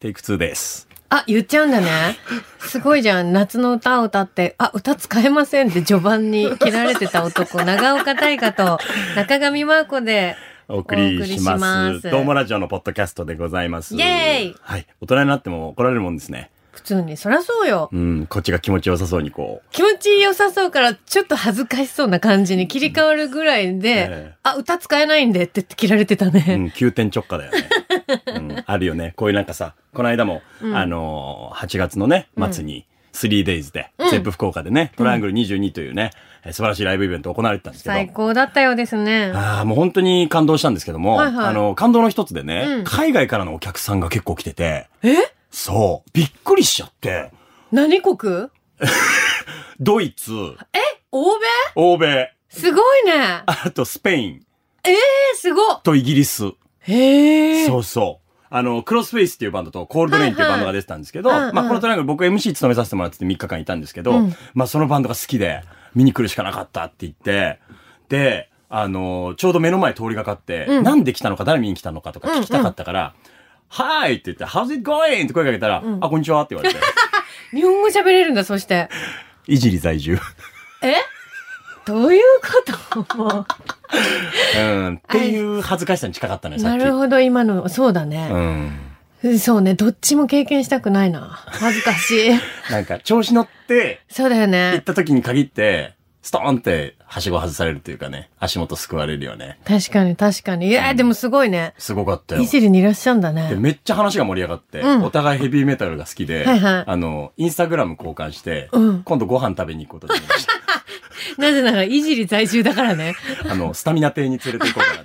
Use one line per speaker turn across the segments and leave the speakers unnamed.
テイク2です。
あ、言っちゃうんだね。すごいじゃん。夏の歌を歌って、あ、歌使えませんって序盤に切られてた男、長岡大香と中上真亜子で、
お送りします。
お送りします
どうもラジオのポッドキャストでございます。
イエーイ
はい。大人になっても怒られるもんですね。
普通に、そらそうよ。
うん、こっちが気持ちよさそうにこう。
気持ち良さそうから、ちょっと恥ずかしそうな感じに切り替わるぐらいで、
え
あ、歌使えないんでって言って切られてた ね。
うん、急転直下だよね。うん、あるよね。こういうなんかさ、この間も、あのー、8月のね、末に、3days で、ゼップ福岡でね、トライアングル22というね、えー素晴らしいライブイベント行われてたんですけど、
最高だったようですね。
ああ、もう本当に感動したんですけども、
はいはい
あの、感動の一つでね、
うん
海外からのお客さんが結構来てて、
え
そう、びっくりしちゃって、
何国
ドイツ、
欧米
欧米、
すごいね。
あとスペイン
え、すごっ
とイギリス。
へえ。
そうそう。あの、クロスフェイスっていうバンドとコールドレインっていうバンドが出てたんですけど、
はいはいうんうん
まあこのトライアングル僕 MC 務めさせてもらってて3日間いたんですけど、
うん
まあそのバンドが好きで、見に来るしかなかったって言って、で、あのちょうど目の前通りがかって、
うん
なんで来たのか誰見に来たのかとか聞きたかったから、はーいって言って、How's it going? って声かけたら、あ、こんにちはって言われ て、
日本語喋れるんだ、そして。
いじり在住。
えどういうこと もう
うん。っていう恥ずかしさに近かったのよ、さっ
な
き。
るほど、今の、そうだ
う
ね、
ん。
そうね、どっちも経験したくないな。恥ずかしい。
なんか調子乗って、
そうだよ
行っ
ね。
た時に限って、ストーンって、はしご外されるというかね、足元すくわれるよね。
確かに、確かに。いやー、でもすごいね。
すごかったよ
い。じりにいらっしゃんだ
で、
ね。
めっちゃ話が盛り上がって、
うん
お互いヘビーメタルが好きで、
はいはい
あの、インスタグラム交換して、
うん
今度ご飯食べに行くことになりまし
なぜなら、いじり在住だからね。
た。 あの、スタミナ亭に連れて行こうかなって。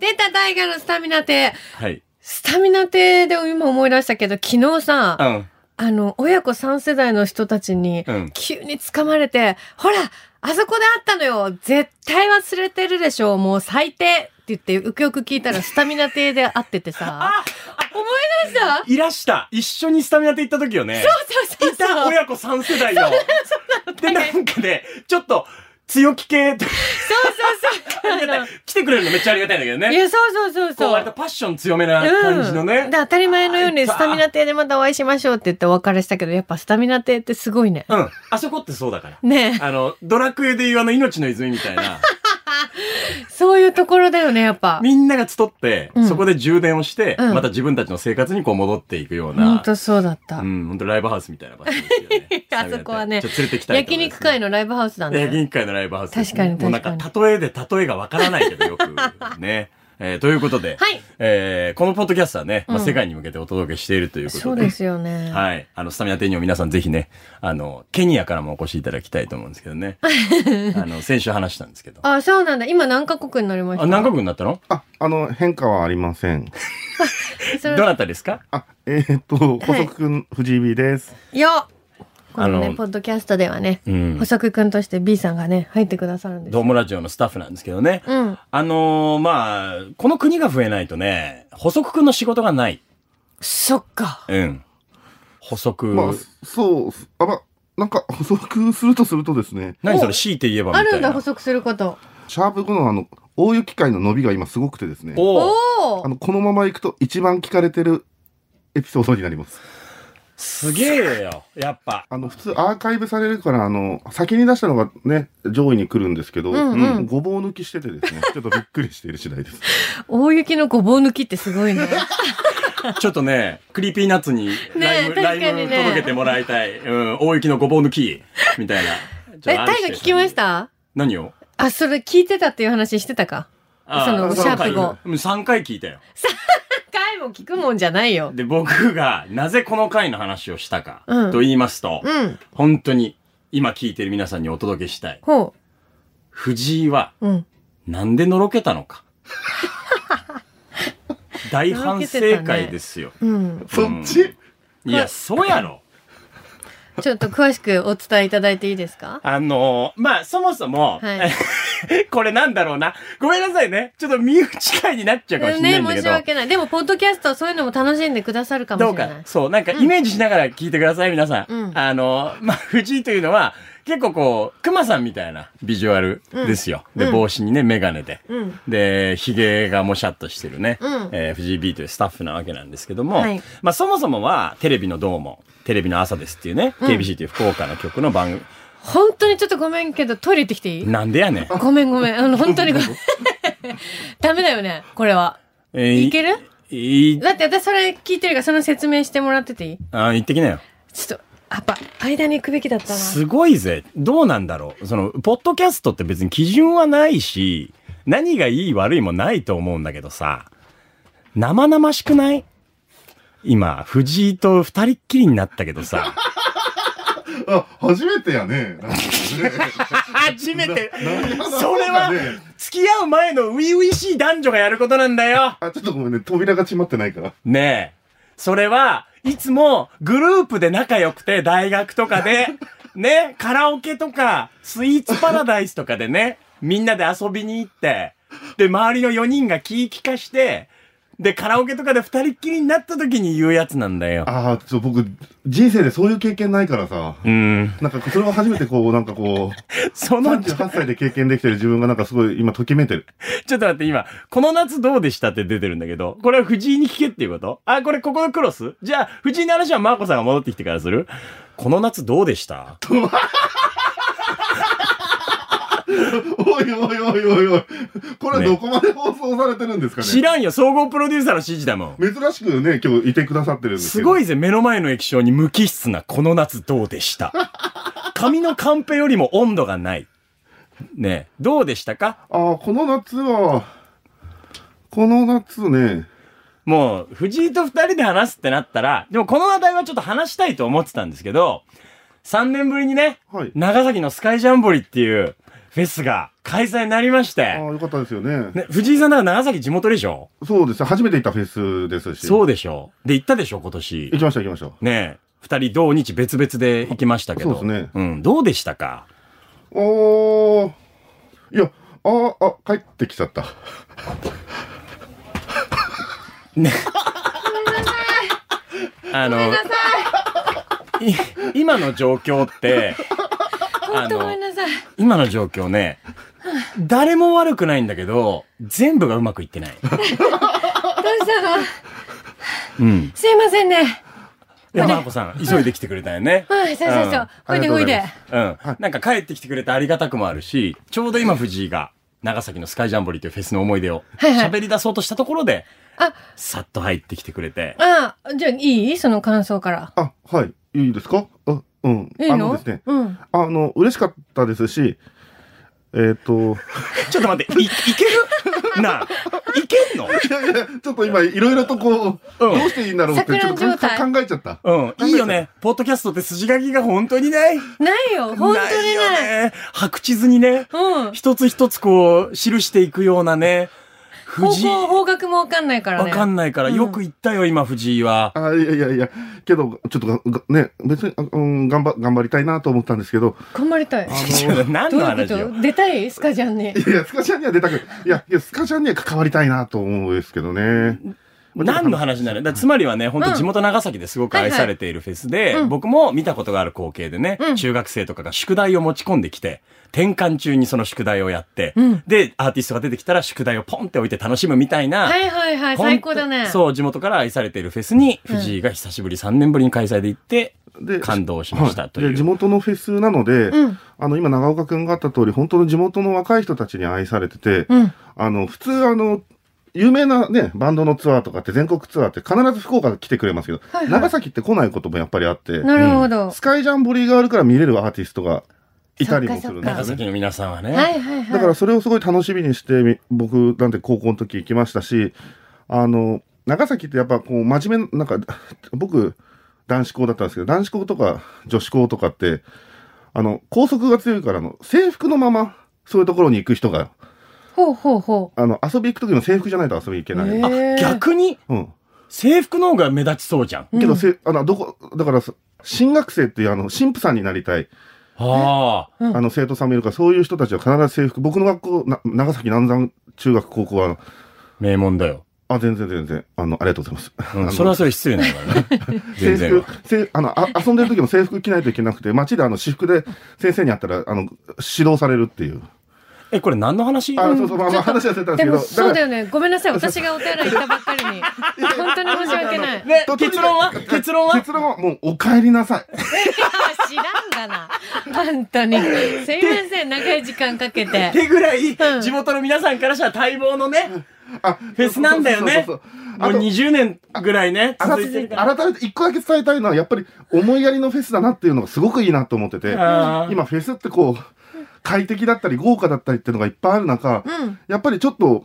出た大河のスタミナ亭。
はい。
スタミナ亭で今思い出したけど、昨日さ、
うん。
あの、親子3世代の人たちに
うん、
急に掴まれて、ほら、あそこで会ったのよ絶対忘れてるでしょもう最低って言って、よくよく聞いたらスタミナ亭で会ってて さ、
あ
思い出した
いらした一緒にスタミナ亭行った時よね。
そうそうそう
いた
そう。
親子3世代よ。で、なんかね、ちょっと、強気系と
そうそうそう。あの
来てくれるのめっちゃありがたいんだけど
い
ね。
や、そうそうそう
こう
そ
割と
う。
パッション強めな感じのね。
うん、で当たり前のよう
あい
に
た
スタミナ亭でまたお会いしましょうって言ってお別れしたけど、やっぱスタミナ亭ってすごいね。
うん。あそこってそうだから。
ね
あの、ドラクエでいうあの命の泉みたい な、
え、そういうところだよね、やっぱ。
みんなが集って
う、ん
そこで充電をして、
うん
また自分たちの生活にこう戻っていくよう
ほん
な、
とそうだった。。
うん、本当ライブハウスみたいな場所ですよね
あそこはね
ちょっと連れてきたいと思
焼
いま
肉
す
会のライブハウスだね。
焼肉会のライブハウスですね。
確かに確か
も
に
うなんか、例えで例えがわからないけど、よく。ね。 えーということで、
はい
えーこのポッドキャストはね、まあ
うん
世界に向けてお届けしているということで。
そうですよね。
はい。あの、スタミナ店にも皆さんぜひね、あの、ケニアからもお越しいただきたいと思うんですけど ね。あの、先週話したんですけど。
あ、そうなんだ。今何カ国になりました
あ、何カ国になったの
あ、あの、変化はありません。
そ
ど
れ
なたですか
あ、えーっと、補足くん、藤井 B です。
よこの
あ
ね、
の
ポッドキャストではね、
うん
補足くんとして B さんがね、入ってくださるんです
ド
よ。
ームラジオのスタッフなんですけどね。
うん。
あのーまあ、この国が増えないとね、補足くんの仕事がない。
そっか。
うん。補足。
まあ、そう、あら、なんか補足するとするとですね、
何それ強いて言えばみた
あ
いな。
るんだ、補足すること。
シャープ5のあの、大雪会の伸びが今すごくてですね、
おお
お
あ
お
の、このまま行くと一番聞かれてるエピソードになります。
すげえよ。やっぱ。
あの、普通アーカイブされるから、あの、先に出したのがね、上位に来るんですけど、
うんうん
うんごぼう抜きしててですね、 ちょっとびっくりしている次第です。
大雪のごぼう抜きってすご いね。
ちょっとね、クリーピーナッツにライブ、
ねえ
ライ
確かにね
ブ届けてもらいたい。うん、大雪のごぼう抜き。みたいな。
え、タイガ聞きましたた
何を
あ、それ聞いてたっていう話してたか
あ
その
シャープ
回
後
うん3回聞いたよ。
回も聞くもんじゃないよ。
で、僕がなぜこの回の話をしたか
うん
と言いますと、
うん。
本当に今聞いてる皆さんにお届けしたい。
ほ
藤井は
う。うん。
なんでのろけたの か。大反省会ですよ。
うん。
そっち、
いや、そうやろ。
ちょっと詳しくお伝えいただいていいですか
あのーまあ、そもそも、
はい
これなんだろうな。ごめんなさいね。ちょっと身内会になっちゃうかもしれないんだ
ね、
け
申し
ど。
訳ない。でも、ポッドキャストはそういうのも楽しんでくださるかも
どう
しれない
か。。そう、なんかイメージしながら聞いてください、皆さん。
うん
あのーまあ、藤井というのは、結構こう、熊さんみたいなビジュアルですよ。
う
で、
ん
帽子にね、メガネで。
うん
で、髭がもしゃっとしてるね、
うん
えー、FGB というスタッフなわけなんですけども、
はい
まあそもそもはテレビのどうも、テレビの朝ですっていうね、
うん
KBC という福岡の曲の番
本当にちょっとごめんけど、トイレ行ってきていい
組、なんでやねん。
ごめんごめん。あの、本当にごめん。 ダメだよね、これは。
えー
いける
いい
だって私それ聞いてるから、その説明してもらってていい
あー行ってきなよ。
ちょっと、やっぱ、間に行くべきだったな。
すごいぜ。どうなんだろう。その、ポッドキャストって別に基準はないし、何がいい悪いもないと思うんだけどさ、生々しくない今、藤井と二人っきりになったけどさ。
あ、初めてやね。なんかね
初めて
なんか
それは
ね、
付き合う前の初々しい男女がやることなんだよ
あ、ちょっとごめんね。扉が閉まってないから。
ねえ。それは、いつもグループで仲良くて、大学とかで、ね、カラオケとか、スイーツパラダイスとかでね、みんなで遊びに行って、で、周りの4人が気ぃ利かして、で、カラオケとかで二人っきりになった時に言うやつなんだよ。
ああ、ちょ、僕、人生でそういう経験ないからさ。
うん。
なんか、それは初めてこう、なんかこう、
その、ちょ
38歳で経験できてる自分がなんかすごい今ときめいてる。
ちょっと待って、今、この夏どうでしたって出てるんだけど、これは藤井に聞けっていうことあ、これここのクロスじゃあ、藤井の話はマーコさんが戻ってきてからするこの夏どうでした
おいおいおいおいおい。これはどこまで放送されてるんですか
知
ね。
らんよ、総合プロデューサーの指示だもん。
珍しくね、今日いてくださってるんです
す
けど。
ご
い。
いぜ、目の前の液晶に無機質なこの夏どうでした 髪のカンペよりも温度がない。ねえ、どうでしたか
ああ、この夏は、この夏ね、
もう、藤井と二人で話すってなったら、でもこの話題はちょっと話したいと思ってたんですけど、3年ぶりにね、
はい。
長崎のスカイジャンボリっていうフェスが開催になりまし
ああ、
て、
よかったですよね。
ね、藤井さんなんか長崎地元でしょ
そうです。初めて行ったフェスですし。。
そううでしょで、行ったでしょ今
行
年。
きました行きました。
ねえ、二人同日別々で行きましたけど。
そうですね
うん、どうでしたか
おー。いや、あーあ、帰ってきちゃった。
あの、い今の状況って、あ
本当ごめん
の、
なさい。
今の状況ね、誰も悪くないんだけど、全部がうまくいってない。
どうしたの
うん。
すいませんね。
で、マーコさん、急いで来てくれたよね。
はい、そうそうそう。
う
ほ
ん
いでほいで
ありがとうございま。
うん。なんか帰ってきてくれてありがたくもあるし、ちょうど今藤井が、長崎のスカイジャンボリーというフェスの思い出を、
はいはい
喋り出そうとしたところで、
あ、
さっと入ってきてくれて。
あ、じゃあいいその感想から。
あ、はい。いいですかあ、うん。
いいの
あのですね。
うん。
あの、嬉しかったですし、えっ、と、
ちょっと待って、い、いけるなあ、いけんの
いやいや、ちょっと今、いろいろとこう、
うん
どうしていいんだろうって、ちょっと
錯乱状
か
態
考えちゃった。
うん。いいよね。ポッドキャストって筋書きが本当にない。
ないよ、本当にない。
よね。白地図にね、
うん。
一つ一つこう、記していくようなね、
方
藤井。
向、
わ
方角もわかんないからね。
かんないから、
うん
よく言ったよ、今、藤井は。
あいやいやいや、けど、ちょっとがが、ね、別に、あうん、頑張、頑張りたいなと思ったんですけど、
頑張りたい。
何
どう
の
いう
話
こ
よ。
と出たいスカジャンに
い。やいや、スカちゃんには出たくない。いや、いや、スカちゃんには関わりたいなと思うんですけどね。
何の話になるだからつまりはね、本当地元長崎ですごく愛されているフェスで、
うん
僕も見たことがある光景でね、
うん
中学生とかが宿題を持ち込んできて、転換中にその宿題をやって、
うん
で、アーティストが出てきたら宿題をポンって置いて楽しむみたいな、
はいはいはい、最高だね。う。
そう、地元から愛されているフェスに、藤井が久しぶり3年ぶりに開催で行って、
で
感動しましたと
はい
い
で地
う。
元のフェスなので、
うん
あの、今、長岡くんがあった通り、本当の地元の若い人たちに愛されてて、
うん。
あの、普通あの、有名なね、バンドのツアーとかって全国ツアーって必ず福岡来てくれますけど、
はいはい
長崎って来ないこともやっぱりあって、
なるほど。
スカイジャンボリーがあるから見れるアーティストがいたりもするん
そっか
で
長
すよね。
崎の皆さんはね。
はいはいはい。
だからそれをすごい楽しみにしてみ、僕なんて高校の時行きましたし、あの、長崎ってやっぱこう真面目な、なんか、 僕、男子校だったんですけど、男子校とか女子校とかって、あの、校則が強いからあの、制服のまま、そういうところに行く人が、
ほうほうほう。
あの、遊び行く時の制服じゃないと遊び行けない。
へ
あ
えー
逆に、
うん。
制服の方が目立ちそうじゃん。
うん
けど、せ、あの、どこ、だから、そ新学生っていう、あの、神父さんになりたい、
ああ。
うん
あの、生徒さんもいるから、そういう人たちは必ず制服、僕の学校、な長崎南山中学高校は、
名門だよ。
あ、全然全然。あの、ありがとうございます。
う
あ
ん
の
それはそれ失礼なの からね。全
制
然
服。、制あのあ、遊んでる時も制服着ないといけなくて、街であの、私服で先生に会ったら、あの、指導されるっていう。
え、これ何の話
あ、そうそう、まあ、まあ
ちょっと
話はせたん
で
ですけど、
もそうだ
よ。
よねごめんなさい私がお手洗い行ったばっかりに本当に申し訳ない
ね
と
結論は
とにかく
結論は
結論はもう、お帰りなさい。
知らんがな本当にすいません長い時間かけて
ってぐらい
うん、
地元の皆さんからしたら待望のね、
あ、
フェスなんだよね
そうそうそう
もう
そう
20年ぐらいね、
あと
続いてるから。
改改めて一個だけ伝えたいのは、やっぱり思いやりのフェスだなっていうのがすごくいいなと思ってて、
あー
今フェスってこう、快適だったり豪華だったりっていうのがいっぱいある中、
うん
やっぱりちょっと、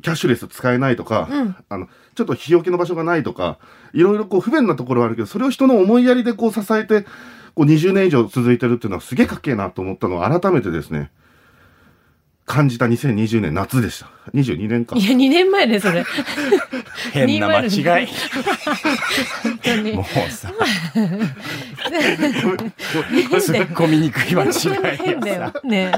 キャッシュレス使えないとか、
うん
あの、ちょっと日よけの場所がないとか、いろいろこう不便なところはあるけど、それを人の思いやりでこう支えて、こう20年以上続いてるっていうのはすげえかっけえなと思ったのを改めてですね、感じた2020年夏でした。22年 か。
いや2年前ねそれ
変な間違い。
本当に
もうさ、突っ込みにくい間違
変
い
だ
が
よ
さ。
ね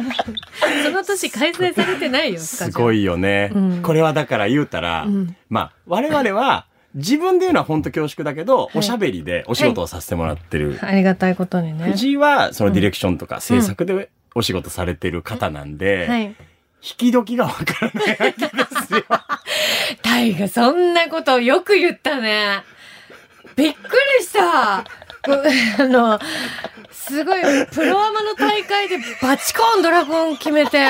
その年開催されてないよ
すご
い
いよね、
うん
これはだから言うたら、
うん
まあ、我々は、自分で言うのは本当恐縮だけど、おしゃべりでお仕事をさせてもらってる
ありがたいことにね
藤井はそのディレクションとか制作でお仕事されてる方なんで、
はい
引き時がわからないわけですよ。
タイがそんなことよく言ったね。びっくりした。 うあの、すごい、プロアマの大会でバチコーンドラゴン決めて。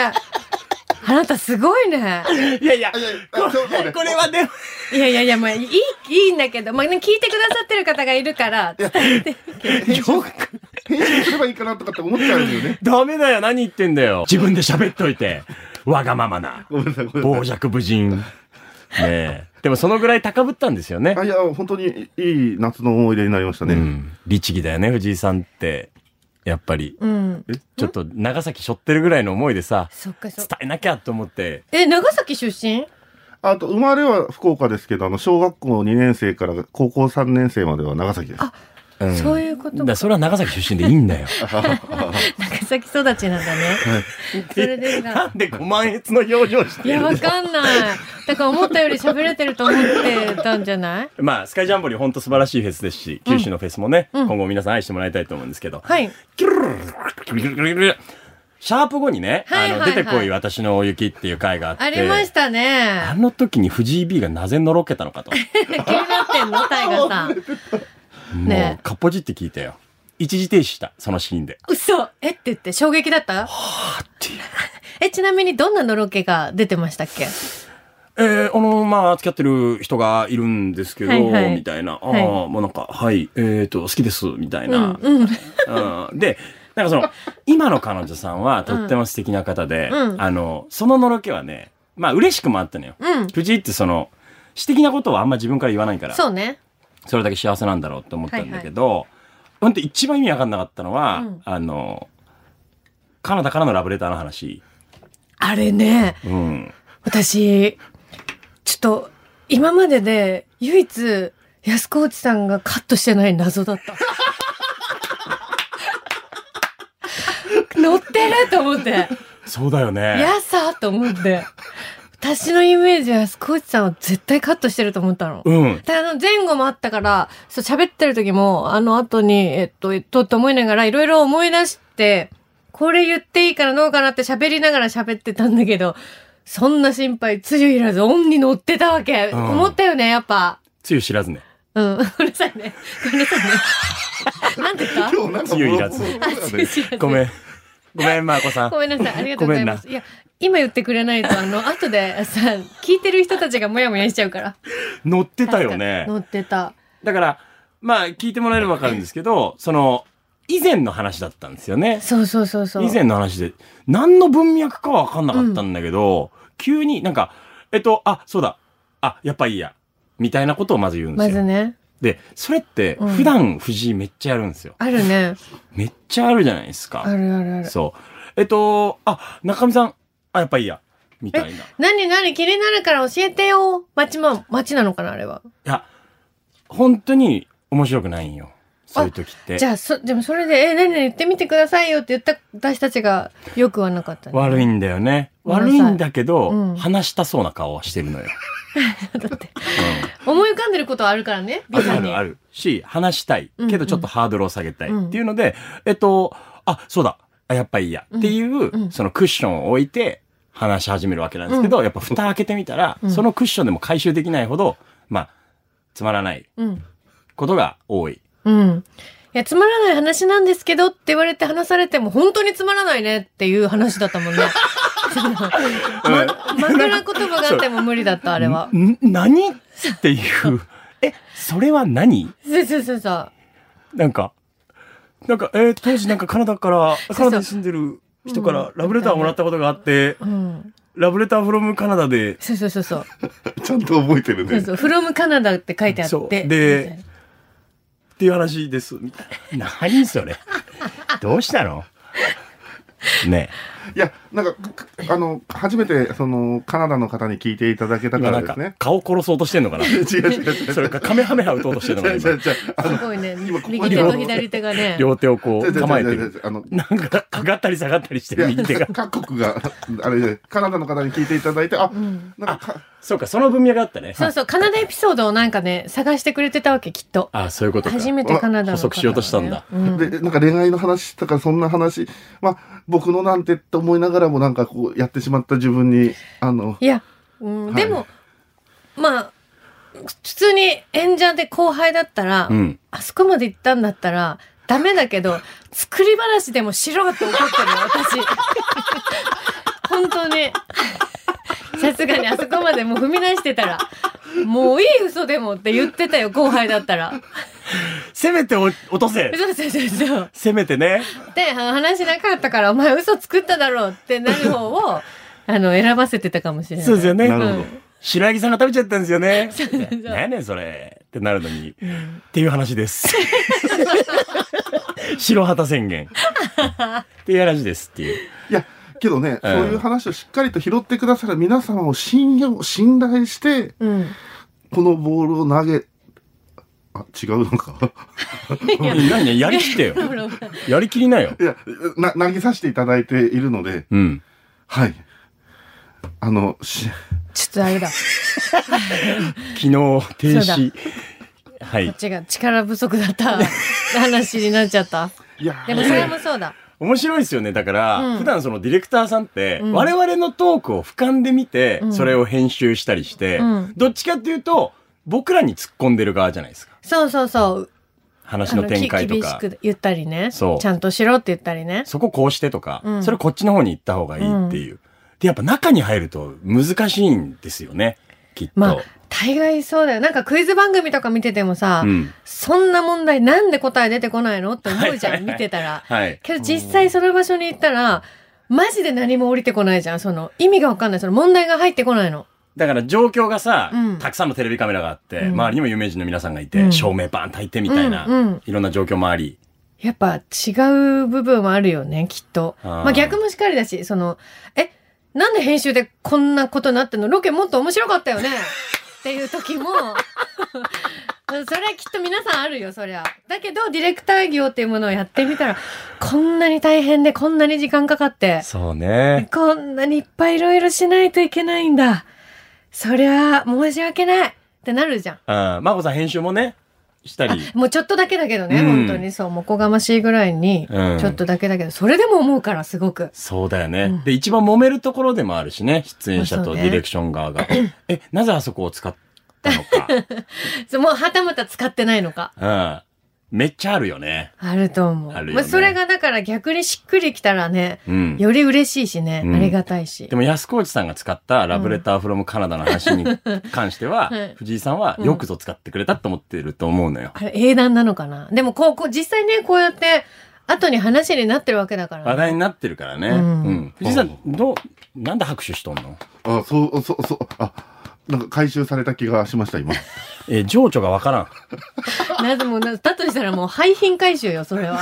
あなたすごいね。
いやいや、こ
いやいやあそうそうね
これはでも、
いやいやいや、まあ、いい、いいんだけど、まあね、聞いてくださってる方がいるから、
編集編集すればいいかなとかって思っちゃうんですよね。
ダメだよ、何言ってんだよ。自分で喋っといて、わがままな、
ごめんなさい、ごめんなさい
傍若無人。ねえ。でもそのぐらい高ぶったんですよね。
あいや、本当にいい夏の思い出になりましたね。
うん。律儀だよね、藤井さんって。やっぱり、
うん。
ちょっと長崎背負ってるぐらいの思いでさ、
そっかそ
伝
っか。
えなきゃと思って、
え、長崎出身
あと、生まれは福岡ですけど、あの、小学校2年生から高校3年生までは長崎です。
うん
そういうこと
だからそれは長崎出身でいいんだよ。
長崎育ちなんだね。それでが
なんでご満悦の表情して
い
る
や、
の
わかんない。だから思ったより喋れてると思ってたんじゃない
まあ、スカイジャンボリー本当素晴らしいフェスですし、九州のフェスもね、
うん
今後皆さん愛してもらいたいと思うんですけど、
はい。
キュルルルルルルルルルルシャープ後にね、
はい
あ
は
の、
いは
出て
い
こい私のお雪っていう回があって、
ありました
あ
ね。
の時に藤井 B がなぜのろけたのかと。
気になってんのタイガさん。
も
ね
う、かっぽじって聞いたよ。一時停止した、そのシーンで。
嘘えって言って衝撃だった
あっていう
え、ちなみにどんなのろけが出てましたっけ
えー、あの、まあ、付き合ってる人がいるんですけど、
はいはい
みたいな。ああ、
はい
もうなんか、はい、えっ、と、好きです、みたい
うん、
な。
うん。
うんで、なんかその、今の彼女さんはとっても素敵な方で、
うん
あの、そののろけはね、まあ嬉しくもあったのよ。
うん。
藤井ってその、私的なことはあんま自分から言わないから、そ
そうね。
れだけ幸せなんだろうって思ったんだけど、ほんと一番意味わかんなかったのは、
うん
あの、カナダからのラブレターの話。
あれね、
うん。
私、ちょっと、今までで唯一、安河内さんがカットしてない謎だった。乗ってると思って。
そうだよね。
やさと思って。私のイメージは、スコーチさんは絶対カットしてると思ったの。
うん。
ただあの前後もあったから、そう喋ってる時も、あの後に、えっと、えっと、って思いながら、いろいろ思い出して、これ言っていいからどうかなって喋りながら喋ってたんだけど、そんな心配、つゆいらず、オンに乗ってたわけ。
うん
思ったよね、やっぱ。
つゆ知らずね。
うん。 ごめんなさいね。 ごめんなさいね。なんでか
今日なんか
強いやつ
ボロボロだね
あつゆ知らず
ごめん。ごめん、まーこさん。
ごめんなさい。ありがとうございます。いや、今言ってくれないと、あ の、後でさ、聞いてる人たちがモヤモヤしちゃうから。
乗ってたよね。
乗ってた。
だから、まあ、聞いてもらえればわかるんですけど、その、以前の話だったんですよね。
そうそうそうそう。
以前の話で、何の文脈かはわかんなかったんだけど、急になんか、えっと、あ、そうだ、あ、やっぱいいや、みたいなことをまず言うんで
ます
よ。
ずね。
で、それって、
うん
普段藤井めっちゃやるんですよ。
あるね。
めっちゃあるじゃないです
あ
か。
るあるある。
そう。えっと、あ、中見さん、あ、やっぱいいや、みたいな。い
何何気になるから教えてよ。町も、町なのかなあれは。
や、本当に面白くないんよ。そういう時って
じ。ゃあ、そ、でもそれで、え、ねえねえ言ってみてくださいよって言った私たちがよくはなかったね。
悪いんだよね。
ごめんな
悪
さい
いんだけど、
うん
話したそうな顔はしてるのよ。
だって。思い浮かんでることはあるからね。
あるあ
美
る
さ
あ
んに
るし、話したい
うんうん
けどちょっとハードルを下げたい
うん
っていうので、えっと、あ、そうだ、あやっぱいいやっていう、
うん
そのクッションを置いて話し始めるわけなんですけど、やっぱ蓋開けてみたら、
うん
そのクッションでも回収できないほど、まあ、つまらない
うん。
ことが多い。
うん。いや、つまらない話なんですけどって言われて話されても本当につまらないねっていう話だったもんね。 その、ま、枕言葉があっても無理だった、あれは。
ん何っていう、 え、それは何
そうそうそうそう。
なんか、なんか、えー当時なんかカナダ から、
う
カナダに住んでる人か
う
ら
ん
ラブレターをもらったことがあって、
うん。
ラブレターフロムカナダで、
そうそうそうそう。
ちゃんと覚えてる
そう
ね。
そう。from カナダって書いてあ
そう
って。
で
みたいな
っていう話です。みたいな。何それ。どうしたのね
いや、なんか、くあの、初めて、その、カナダの方に聞いていただけ
え。
たか
今な
ら
ん
で
か
すね、。
顔殺そうとしてんのかな
違う違う違う。
それか、カメハメハ打とうとしてんのかな
違う違う
今
違う。あの
すごいね
今ここ。に
右手と左手がね。
両手をこ
違
う
う違う違う
構えて
違う
る。
違うあの、
なんか、上がったり下がったりしてる
い
右手
や
が。
各国が、あれで、カナダの方に聞いていただいて、あ、なんかか、
そうか、その文脈があったね。
そうそう。カナダエピソードをなんかね、探してくれてたわけ、きっと。
ああ、そういうことか。
初めてカナダ
補
の方がね。
足しようとしたんだ
うん
で、なんか恋愛の話とか、そんな話、まあ、僕のなんてって思いながらも、なんかこう、やってしまった自分に、あの、
いや、うん
はい
でも、まあ、普通に演者で後輩だったら、
うん
あそこまで行ったんだったら、ダメだけど、作り話でもしろって怒ってるよ、 私。本当に。さすがにあそこまでもう踏み出してたら、もういい嘘でもって言ってたよ、後輩だったら。
せめてお落とせ
そうそうそうそう。
せめてね。
で、あの話なかったから、お前嘘作っただろうってなる方を、あの、選ばせてたかもしれない。
そうですよね。
なるほど
うん白柳さんが食べちゃったんですよね。
そうそう
何やねんそれってなるのに。っていう話 です。白旗宣言。っていう話ですっていう。
いや、けどね、
うん
そういう話をしっかりと拾ってくださる皆様を信用、信頼して、
うん。
このボールを投げ、あ、違うのか。
何何やりきってよ。
ほらほら
やりきりなよ。
いや、な、投げさせていただいているので、
うん。
はい。あの、し、
ちょっとあれだ。
昨日停
そう
止。は
こ
い
っ。ちが力不足だった 話になっちゃった。
いや、
でもそれもそうだ。
面白いですよね。だから、
うん
普段そのディレクターさんって、
うん
我々のトークを俯瞰で見て、
うん
それを編集したりして、
うん
どっちかっていうと、僕らに突っ込んでる側じゃないですか。
そうそうそう。
話
あ
の
の、
展
き
開と
厳し
か。
く言ったりね。
そう
ちゃんとしろって言ったりね。
そここうしてとか、
うん
それこっちの方に行った方がいいっていう。で、やっぱ中に入ると難しいんですよね。きっと。
まあ、大概そうだよ。なんかクイズ番組とか見ててもさ、
うん。
そんな問題なんで答え出てこないのって思うじゃん、見てた ら。
はい。
けど実際その場所に行ったら、マジで何も降りてこないじゃん。その、意味がわかんない。その問題が入ってこないの。
だから状況がさ、
うん
たくさんのテレビカメラがあって、
うん
周りにも有名人の皆さんがいて、
うん
照明バン焚いてみたいな、
うんうん
いろんな状況もあり。
やっぱ違う部分はあるよね、きっと。
あー
まあ逆もしかりだし、その、え、なんで編集でこんなことになってんのロケもっと面白かった よねっていう時も、それはきっと皆さんあるよ、そりゃ。だけど、ディレクター業っていうものをやってみたら、こんなに大変で、こんなに時間かかって、
そうね。
こんなにいっぱいいろいろしないといけないんだ。そりゃ、申し訳ないってなるじゃん。
あまこさん編集もね、したり。
もうちょっとだけだけどね、
うん
本当にそう、もうおこがましいぐらいに、
うん
ちょっとだけだけど、それでも思うから、すごく。
そうだよね、
うん
で、一番揉めるところでもあるしね、出演者
そ
と
う
デ
ね
ィレクション側が。え、なぜあそこを使ったのか。
そうもうはたまた使ってないのか。
うん。めっちゃあるよね。
あると思う。
あるよね
まあ、それがだから逆にしっくりきたらね、
うん。
より嬉しいしね、
うん
ありがたいし
で。も安河内さんが使ったラブレターフロムカナダの話に関しては、
はい
藤井さんはよくぞ使ってくれたと思ってると思うのよ。
あれ、英断なのかなでも、こう、こう、実際ね、こうやって、後に話になってるわけだから、
話題になってるからね。う。
うんん
藤井さん、どう、なんで拍手しとんの
あ、そう、そう、そう、あ、なんか回収された気がしました、 今。
えー情緒がわからん。
なぜもうな、だとしたらもう廃品回収よ、それは。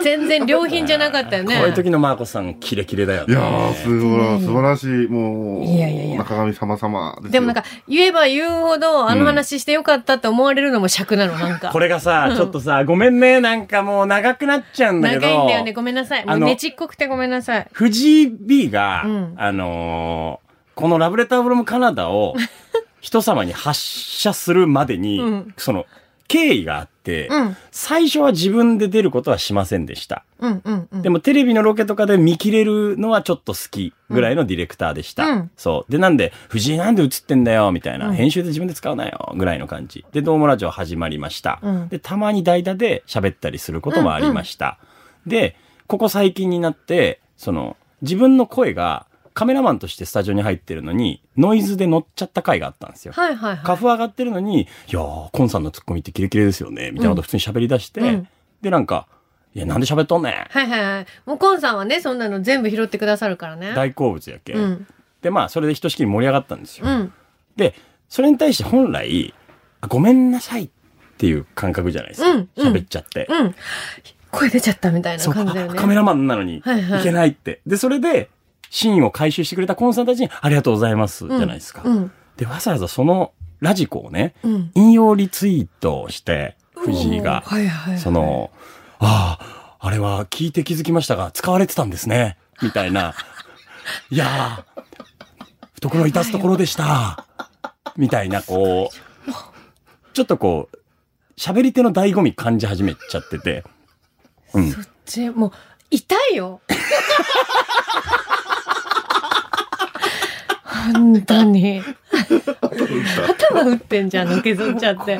全然良品じゃなかったよね。
こういう時のマーコさん、キレキレだよ
い
ね。
やー、すごい、素晴らしい、もう、
いやいやいや
中上様様ですよ
でもなんか、言えば言うほど、あの話してよかったって思われるのも尺なの、なんか。
これがさ、ちょっとさ、ごめんね、なんかもう長くなっちゃうんだけど。
長いんだよね。ごめんなさい。も
あ
う
の
ねちっこくてごめんなさい。
藤井 B が、
ん
あのーこのラブレターブロムカナダ を人様に発射するまでに、
うん
その経緯があって、
うん
最初は自分で出ることはしませんでした。
うんうんうん。
でもテレビのロケとかで見切れるのはちょっと好きぐらいのディレクターでした。
うん
そう。で、なんで、藤井なんで映ってんだよ、みたいな。
うん
編集で自分で使うなよ、ぐらいの感じ。で、ドームラジオ始まりました。
うん
で、たまに代打で喋ったりすることもありました。で、ここ最近になって、その、自分の声がカメラマンとしてスタジオに入ってるのに、ノイズで乗っちゃった回があったんですよ。
はいはいは
カ
い。
フ上がってるのに、いやー、コンさんのツッコミってキレキレですよね、みたいなこと普通に喋り出して、
うん
で、なんか、いや、なんで喋っとんねん
はいはいはい。もうコンさんはね、そんなの全部拾ってくださるからね。
大好物やけ、
うん。
でまあそれでひとしきり盛り上がったんですよ、
うん。
でそれに対して本来あごめんなさいっていう感覚じゃないですか
うん
喋、
うん
っちゃって、
うん。声出ちゃったみたいな
そう
感じだよ
あ
ね。
カメラマンなのにい
はいはい
けないって、でそれでシーンを回収してくれたコンさんたちにありがとうございますじゃないですか、
うん。
でわざわざそのラジコをね
うん。
引用リツイートをして藤井が、
はいはいはい。
そ、のあああれは聞いて気づきましたが使われてたんですねみたい ないやー懐いたすところでしたみたいなこうちょっとこう喋り手の醍醐味感じ始めちゃってて、うん、
そっち、もう、痛いよ。本当に。頭打ってんじゃん、のけぞっちゃって。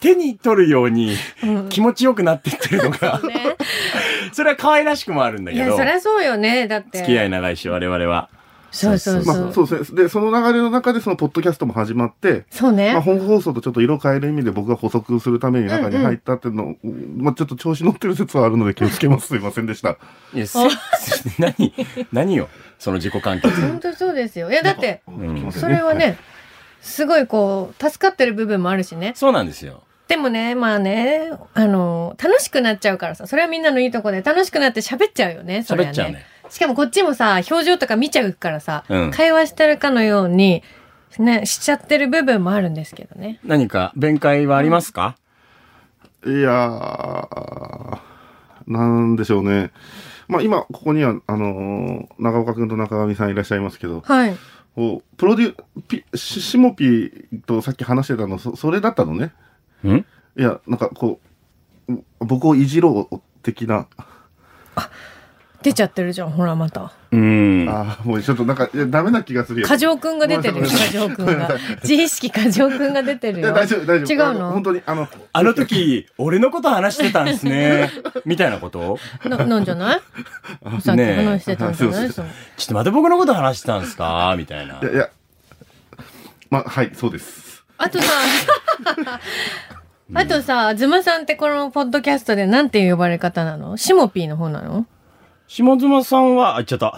手に取るように
うん。
気持ちよくなってってるのが
ね。
それは可愛らしくもあるんだ
い
け
や、
ど
そりゃそうよね。だって。
付き合い長いし我々は
そうそう
ま
そ
あ、
う。
そうですね。で、その流れの中で、そのポッドキャストも始まって、
そう
まあ、
ね。
本放送とちょっと色変える意味で僕が補足するために中に入ったっていうのを、まあ、ちょっと調子乗ってる説はあるので気をつけ ます。すいませんでした。
いやせ 何何よその自己完結
本当そうですよ。いや、だって、
ん
それはね、すごいこう、助かってる部分もあるしね。
そうなんですよ
でもね、まあね、あの、楽しくなっちゃうからさ、それはみんなのいいとこで、楽しくなって喋っちゃうよね、それは
喋っちゃうね
しかもこっちもさ、表情とか見ちゃうからさ、
うん
会話してるかのように、ね、しちゃってる部分もあるんですけどね。
何か弁解はありますか、
いやー、なんでしょうね。まあ今、ここには、あのー長岡くんと中上さんいらっしゃいますけど、
はい。
こうプロデュピ、ししもぴとさっき話してたの、そそれだったのね。
うん
いや、なんかこう、う僕をいじろう的な、
出ちゃってるじゃん、ほらまた。
うん。
あーもうちょっとなんか、いやダメな気がするよ。
過剰くんが出てるよ、
ごめんなさ
過剰く
い
んが。自意識過剰くんが出てる
い
よ。
や 大丈夫、大丈夫。
違う
あ
の
本当に、あの、
あの時、俺のこと話してたんです ね。みたいなこと
ななんじゃない さっき話してたんじゃない、
ねえ。
その
ちょっと待って僕のこと話してたんですかみたいない
や、いや、まあ、はい、そうです。
あとさ、あとさ、ズマさんってこのポッドキャストでなんていう呼ばれ方なのシモピーの方なの
下妻さんは、あ、言っちゃった。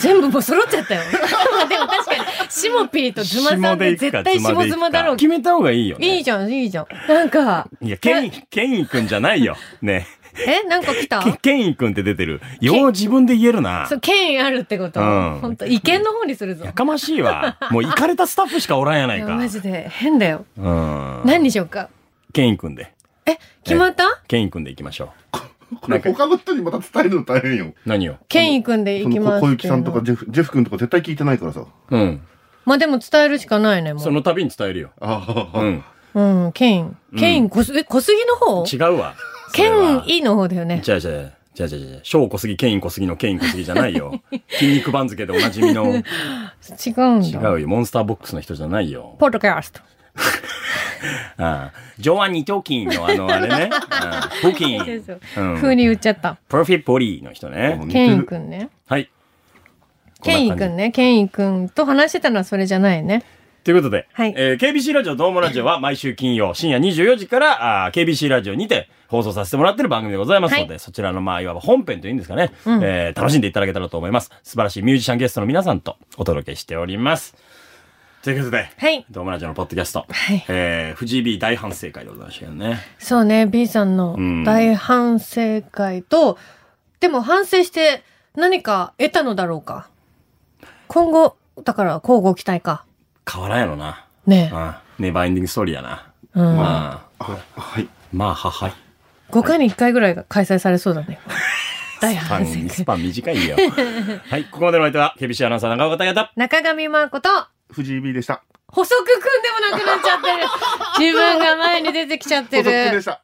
全部もう揃っちゃったよ。 でも確かに、シモピーとズマさんで絶対シモズマだろう。
決めた方がいいよ、ね。
いいじゃん、いいじゃん。なんか、
いや、ケンイ、ケンイ君じゃないよ。ね。
え、なんか来た
ケケンイ君って出てる。よう自分で言えるな
そ。う、権威あるってこと。
うん
ほんと、意見の方にするぞ。
やかましいわ。もう行かれたスタッフしかおらんやないい
や
か。
マジで、変だよ。
うん。
何にしようか。
ケンイ君で。
え、決まった
ケンイ君で行きましょ
これ他の人にまた伝えるの大変よ。
う。何を
権威くんでい
そ
き
の
ま
こ
すっ
小
ていう
雪
の
さんとかジェフジェフ君とか絶対聞いてないからさ。
うん。
まあでも伝えるしかないね、もう
そ。の度に伝えるよ。
ああ、
うん。
うん、ケイン。ケイン、小すえ小杉の方
違うわ。そ
ケ
れは
ンイの方だよね。
じゃあじゃあ、じゃあじゃあじゃあ、小小杉、ケイン小杉のケイン小杉じゃない よ。筋肉番付でおなじみの、違
違うんだ。
うよ、モンスターボックスの人じゃないよ。
ポッドキャスト。
ああジョアン・ニトキンのあの、あれね。ああブキン。
そうそう
うん
風に言っちゃった。
プロフィットボリーの人ね。
似
ケ
て
イン
る。
くんね。
はい。
ケインく
こな感じ。
んね。ケインくんと話してたのはそれじゃないね。
ということで、
はい
えー KBC ラジオ、どうもラジオは毎週金曜深夜24時から、あー KBC ラジオにて放送させてもらってる番組でございますので、そちらの、まあ、いわば本編というんですかね、えー楽しんでいただけたらと思います。素晴らしいミュージシャンゲストの皆さんとお届けしております。ということで、
はい。
ドームラジオのポッドキャスト、
はい
えー、藤井 B 大反省会でございましたよね。
そうね、B さんの
うん
大反省会と、でも反省して何か得たのだろうか。今後、だから交互期待か。
変わらんやろな。
ね
うん。ネバーエンディングストーリーやな。
え。うん。
うん。
5
ま
あはい。
あ、ははい。
回に1回ぐらいが開催されそうだね。 大反省
ス
会。
パン短 いよ。はい、ここまでのお相手は、厳しいアナウンサー長岡大和。
中上真子と、
藤井 B でした。
補足くんでもなくなっちゃってる。自分が前に出てきちゃって
補足
る
でし。た。